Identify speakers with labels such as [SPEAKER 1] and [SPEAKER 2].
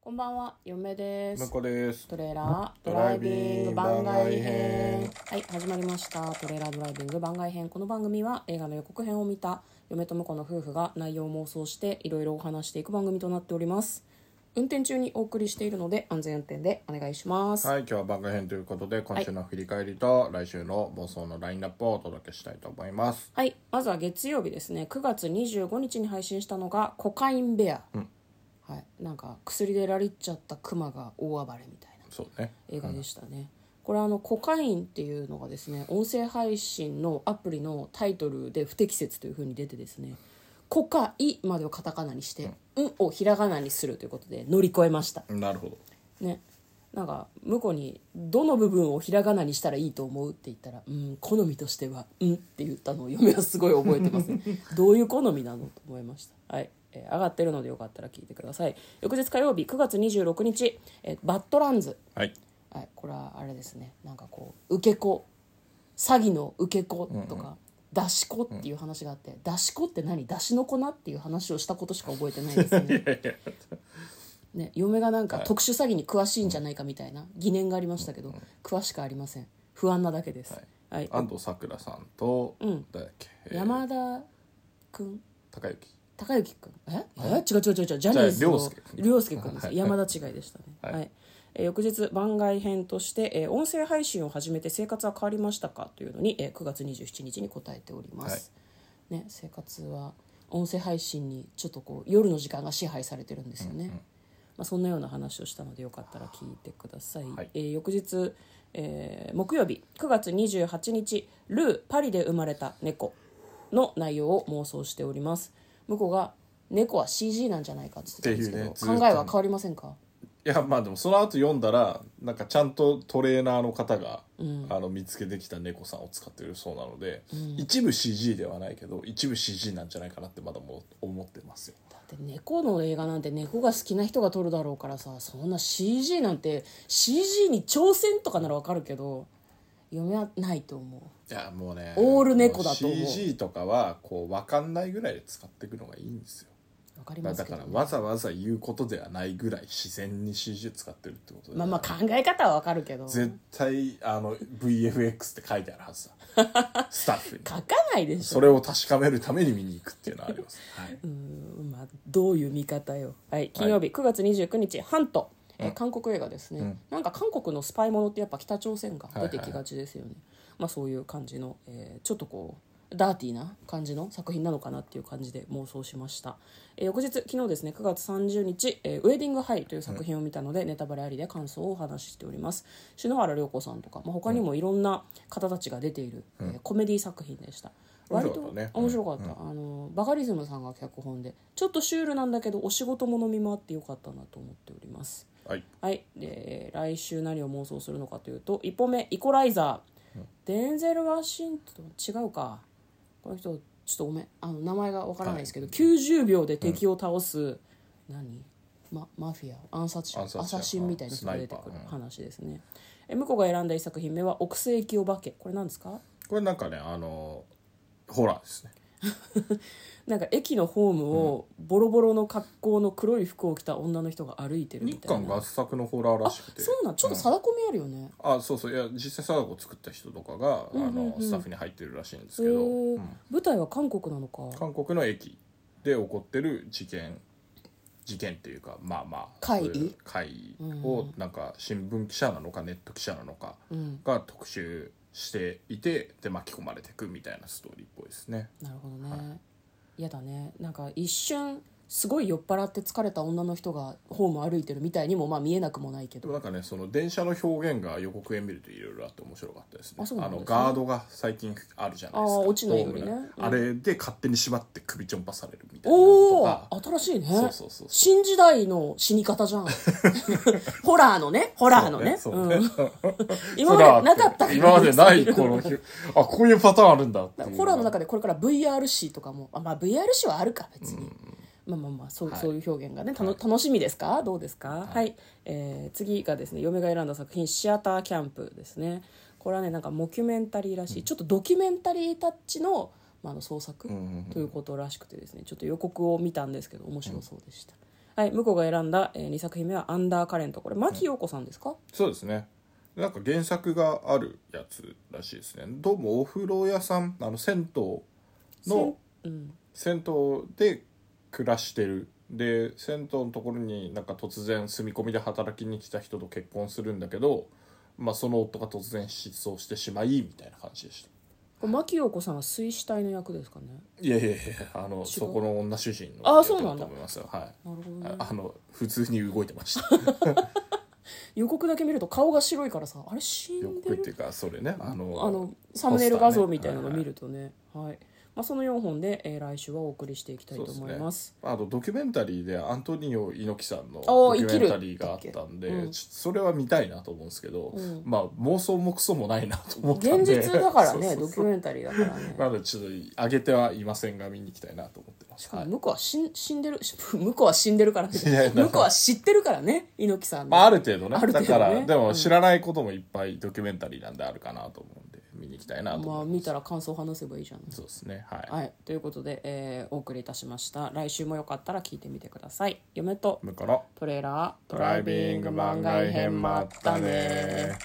[SPEAKER 1] こんばんは、嫁です。
[SPEAKER 2] こです
[SPEAKER 1] トレーラード
[SPEAKER 2] ド
[SPEAKER 1] ラ
[SPEAKER 2] ラ
[SPEAKER 1] イ
[SPEAKER 2] イ
[SPEAKER 1] ビ
[SPEAKER 2] ビ
[SPEAKER 1] ン
[SPEAKER 2] ン
[SPEAKER 1] グ
[SPEAKER 2] グ
[SPEAKER 1] 番
[SPEAKER 2] 番
[SPEAKER 1] 外
[SPEAKER 2] 外
[SPEAKER 1] 編
[SPEAKER 2] 編。
[SPEAKER 1] はい、始まりました。トレーラードライビング番外編。この番組は映画の予告編を見た嫁と婿の夫婦が内容を妄想していろいろお話していく番組となっております。運転中にお送りしているので安全運転でお願いします。
[SPEAKER 2] はい今日は番外編ということで今週の振り返りと来週の放送のラインナップをお届けしたいと思います
[SPEAKER 1] はい、まずは月曜日ですね9月25日に配信したのが「コカインベア」はい、なんか薬でラリっちゃったクマが大暴れみたいな
[SPEAKER 2] そうね
[SPEAKER 1] 映画でしたね、これあのコカインっていうのがですね音声配信のアプリのタイトルで不適切というふうに出てですね「コカイ」までをカタカナにして「うん」をひらがなにするということで乗り越えました
[SPEAKER 2] なるほど
[SPEAKER 1] ねなんか向こうに「どの部分をひらがなにしたらいいと思う?」って言ったら「うん好みとしてはうん」って言ったのを嫁はすごい覚えてますね どういう好みなのと思いましたはい、えー上がってるのでよかったら聞いてください翌日火曜日9月26日、えーバッドランズ」
[SPEAKER 2] はい
[SPEAKER 1] はい、これはあれですねなんかこう受け子詐欺の受け子とか、出し子っていう話があって、出し子って何出しの子なっていう話をしたことしか覚えてないですねね嫁がなんか特殊詐欺に詳しいんじゃないかみたいな疑念がありましたけど、詳しくありません不安なだけです、はい
[SPEAKER 2] 安藤さくらさんと、誰だっけえー
[SPEAKER 1] 山田君
[SPEAKER 2] 高之
[SPEAKER 1] 高之君ええ違う違う違う違うジャニーズ
[SPEAKER 2] じゃあ涼
[SPEAKER 1] の
[SPEAKER 2] 介
[SPEAKER 1] 涼介君です
[SPEAKER 2] はい
[SPEAKER 1] 山田違いでしたねは、
[SPEAKER 2] はいい
[SPEAKER 1] えー翌日番外編として、えー音声配信を始めて生活は変わりましたかというのに、えー9月27日に答えております、ね、生活は音声配信にちょっとこう夜の時間が支配されてるんですよね、まあ、そんなような話をしたのでよかったら聞いてください、
[SPEAKER 2] はい
[SPEAKER 1] えー翌日、えー木曜日9月28日「ルーパリで生まれた猫」の内容を妄想しております向こうが「猫は CG なんじゃないか」って言ってたんですけど、
[SPEAKER 2] ってい
[SPEAKER 1] 考
[SPEAKER 2] うねずっと
[SPEAKER 1] えは変わりませんか
[SPEAKER 2] いやまあでもその後読んだらなんかちゃんとトレーナーの方が、あの見つけてきた猫さんを使ってるそうなので、一部 CG ではないけど一部 CG なんじゃないかなってまだもう思ってますよ
[SPEAKER 1] だって猫の映画なんて猫が好きな人が撮るだろうからさそんな CG なんて CG に挑戦とかならわかるけど嫁はないと思う
[SPEAKER 2] いやもうね
[SPEAKER 1] オール猫だと思う
[SPEAKER 2] も CG とかはこう分かんないぐらいで使っていくのがいいんですよ
[SPEAKER 1] わかりま
[SPEAKER 2] まあ
[SPEAKER 1] す
[SPEAKER 2] だ
[SPEAKER 1] けど
[SPEAKER 2] か
[SPEAKER 1] ね、
[SPEAKER 2] らわざわざ言うことではないぐらい自然に CG 使ってるってことで、
[SPEAKER 1] まあまあ考え方はわかるけど
[SPEAKER 2] 絶対あの VFX って書いてあるはず だスタッフに
[SPEAKER 1] 書かないでしょ
[SPEAKER 2] それを確かめるために見に行くっていうのはあります、はい、
[SPEAKER 1] うんまあ、どういう見方よ、はい、金曜日9月29日「ハント」えー韓国映画ですね、なんか韓国のスパイものってやっぱ北朝鮮が出てきがちですよね、まあ、そういう感じの、えーちょっとこうダーティーな感じの作品なのかなっていう感じで妄想しました、えー翌日昨日ですね9月30日、えーウェディング・ハイ」という作品を見たので、ネタバレありで感想をお話ししております篠原涼子さんとか、まあ、他にもいろんな方たちが出ている、えーコメディ作品でした割と
[SPEAKER 2] 面白かったね
[SPEAKER 1] 面白かった、あのバカリズムさんが脚本でちょっとシュールなんだけどお仕事ものみもあってよかったなと思っております
[SPEAKER 2] はい、
[SPEAKER 1] はいで来週何を妄想するのかというと一歩目イコライザー、デンゼル・ワシントン違うかこの人ちょっとごめんあの名前がわからないですけど、90秒で敵を倒す、何ママフィア暗殺者
[SPEAKER 2] 暗殺者
[SPEAKER 1] アサシンみたいな人が出て
[SPEAKER 2] ス
[SPEAKER 1] く
[SPEAKER 2] ナイ
[SPEAKER 1] る
[SPEAKER 2] パーうん
[SPEAKER 1] 話ですね、え向こうが選んだ一作品目は「奥世紀お化け」これなんですか
[SPEAKER 2] これなんかねあのホラーですね
[SPEAKER 1] なんか駅のホームをボロボロの格好の黒い服を着た女の人が歩いてるみ
[SPEAKER 2] 日
[SPEAKER 1] たい
[SPEAKER 2] 韓
[SPEAKER 1] な
[SPEAKER 2] 合作のホラーらしくて
[SPEAKER 1] そうなんちょっと貞子みあるよね、
[SPEAKER 2] あそうそういや実際貞子作った人とかが、あのスタッフに入ってるらしいんですけど、
[SPEAKER 1] へー舞台は韓国なのか
[SPEAKER 2] 韓国の駅で起こってる事件事件っていうかまあまあ
[SPEAKER 1] 怪異
[SPEAKER 2] そういう怪異をなんか新聞記者なのかネット記者なのかが特集していてで巻き込まれていくみたいなストーリーっぽいですね
[SPEAKER 1] なるほどね嫌、だねなんか一瞬すごい酔っ払って疲れた女の人がホーム歩いてるみたいにもまあ見えなくもないけ
[SPEAKER 2] で
[SPEAKER 1] ど
[SPEAKER 2] もなんかねその電車の表現が予告編見るといろいろあって面白かったですね
[SPEAKER 1] あそうなん
[SPEAKER 2] の
[SPEAKER 1] ですね
[SPEAKER 2] ガードが最近あるじゃないです
[SPEAKER 1] あ
[SPEAKER 2] か
[SPEAKER 1] ー落ちないようにね
[SPEAKER 2] ドーム
[SPEAKER 1] うん
[SPEAKER 2] あれで勝手に縛って首ちょんぱされるみたいなの
[SPEAKER 1] お
[SPEAKER 2] と
[SPEAKER 1] お
[SPEAKER 2] か
[SPEAKER 1] 新しいね
[SPEAKER 2] そうそうそう
[SPEAKER 1] 新時代の死に方じゃ んホラーのねホラーのね
[SPEAKER 2] そううんね
[SPEAKER 1] 今までなかったから
[SPEAKER 2] 今までないこの日あこういうパターンあるんだっていう
[SPEAKER 1] ホラーの中でこれから VRC とかもあまあ VRC はあるか別に、まあまあまあそう,、そういう表現がねたの、楽しみですかどうですかはい、えー次がですね嫁が選んだ作品「シアターキャンプ」ですねこれはねなんかモキュメンタリーらしい、ちょっとドキュメンタリータッチの,、まあ、あの創作ということらしくてですねちょっと予告を見たんですけど面白そうでした、はい、向こうが選んだ、えー、2作品目は「アンダーカレント」これ牧陽子さんですか、
[SPEAKER 2] そうですねなんか原作があるやつらしいですねどうもお風呂屋さんあの銭湯の
[SPEAKER 1] せんうん、
[SPEAKER 2] 銭湯で暮らしてるで銭湯のところになんか突然住み込みで働きに来た人と結婚するんだけど、まあ、その夫が突然失踪してしまいみたいな感じでした
[SPEAKER 1] これ牧陽子さんは水死体の役ですかね
[SPEAKER 2] いやいやいやあのそこの女主人
[SPEAKER 1] あ
[SPEAKER 2] の
[SPEAKER 1] ーそうなんだ
[SPEAKER 2] と思いますよはい
[SPEAKER 1] なるほどね
[SPEAKER 2] ああの普通に動いてました
[SPEAKER 1] 予告だけ見ると顔が白いからさあれ死
[SPEAKER 2] よ
[SPEAKER 1] んで
[SPEAKER 2] くってい
[SPEAKER 1] る
[SPEAKER 2] うかそれねあの
[SPEAKER 1] あのサムネイル画像みたいなの
[SPEAKER 2] ポスターね
[SPEAKER 1] 見るとねはい、まあ、その4本で、えー来週はお送りしていきたいと思います
[SPEAKER 2] あとドキュメンタリーでアントニオ猪木さんの
[SPEAKER 1] お
[SPEAKER 2] ド
[SPEAKER 1] ー
[SPEAKER 2] キ
[SPEAKER 1] 生
[SPEAKER 2] ュ
[SPEAKER 1] き
[SPEAKER 2] メ
[SPEAKER 1] る
[SPEAKER 2] ンタリーがあったんで、
[SPEAKER 1] うん
[SPEAKER 2] ちょそれは見たいなと思うんですけど、
[SPEAKER 1] うん
[SPEAKER 2] まあ妄想もクソもないなと思ったん
[SPEAKER 1] 現
[SPEAKER 2] で
[SPEAKER 1] 実だからね
[SPEAKER 2] そう
[SPEAKER 1] ド
[SPEAKER 2] そう
[SPEAKER 1] キ
[SPEAKER 2] そ
[SPEAKER 1] ュ
[SPEAKER 2] う
[SPEAKER 1] メンタリーだからね
[SPEAKER 2] まだちょっと上げてはいませんが見に行きたいなと思ってま
[SPEAKER 1] し
[SPEAKER 2] す
[SPEAKER 1] か
[SPEAKER 2] は
[SPEAKER 1] も
[SPEAKER 2] い
[SPEAKER 1] 向こうは死ん死んでる し向こうは死んでるからね
[SPEAKER 2] いやいや
[SPEAKER 1] 向こうは知ってるからね猪木さんの
[SPEAKER 2] まあ、ある程度ね
[SPEAKER 1] ある程度ね
[SPEAKER 2] だからで
[SPEAKER 1] う
[SPEAKER 2] も
[SPEAKER 1] ん
[SPEAKER 2] 知らないこともいっぱいドキュメンタリーなんであるかなと思うんで見に行きたいなと
[SPEAKER 1] まあ
[SPEAKER 2] 思い
[SPEAKER 1] 見
[SPEAKER 2] ます、
[SPEAKER 1] たら感想を話せばいいじゃん
[SPEAKER 2] そうですねはい、
[SPEAKER 1] はい、ということで、えーお送りいたしました来週もよかったら聞いてみてください嫁と
[SPEAKER 2] 向こうの
[SPEAKER 1] トレーラード
[SPEAKER 2] ドライビング番外編もあったね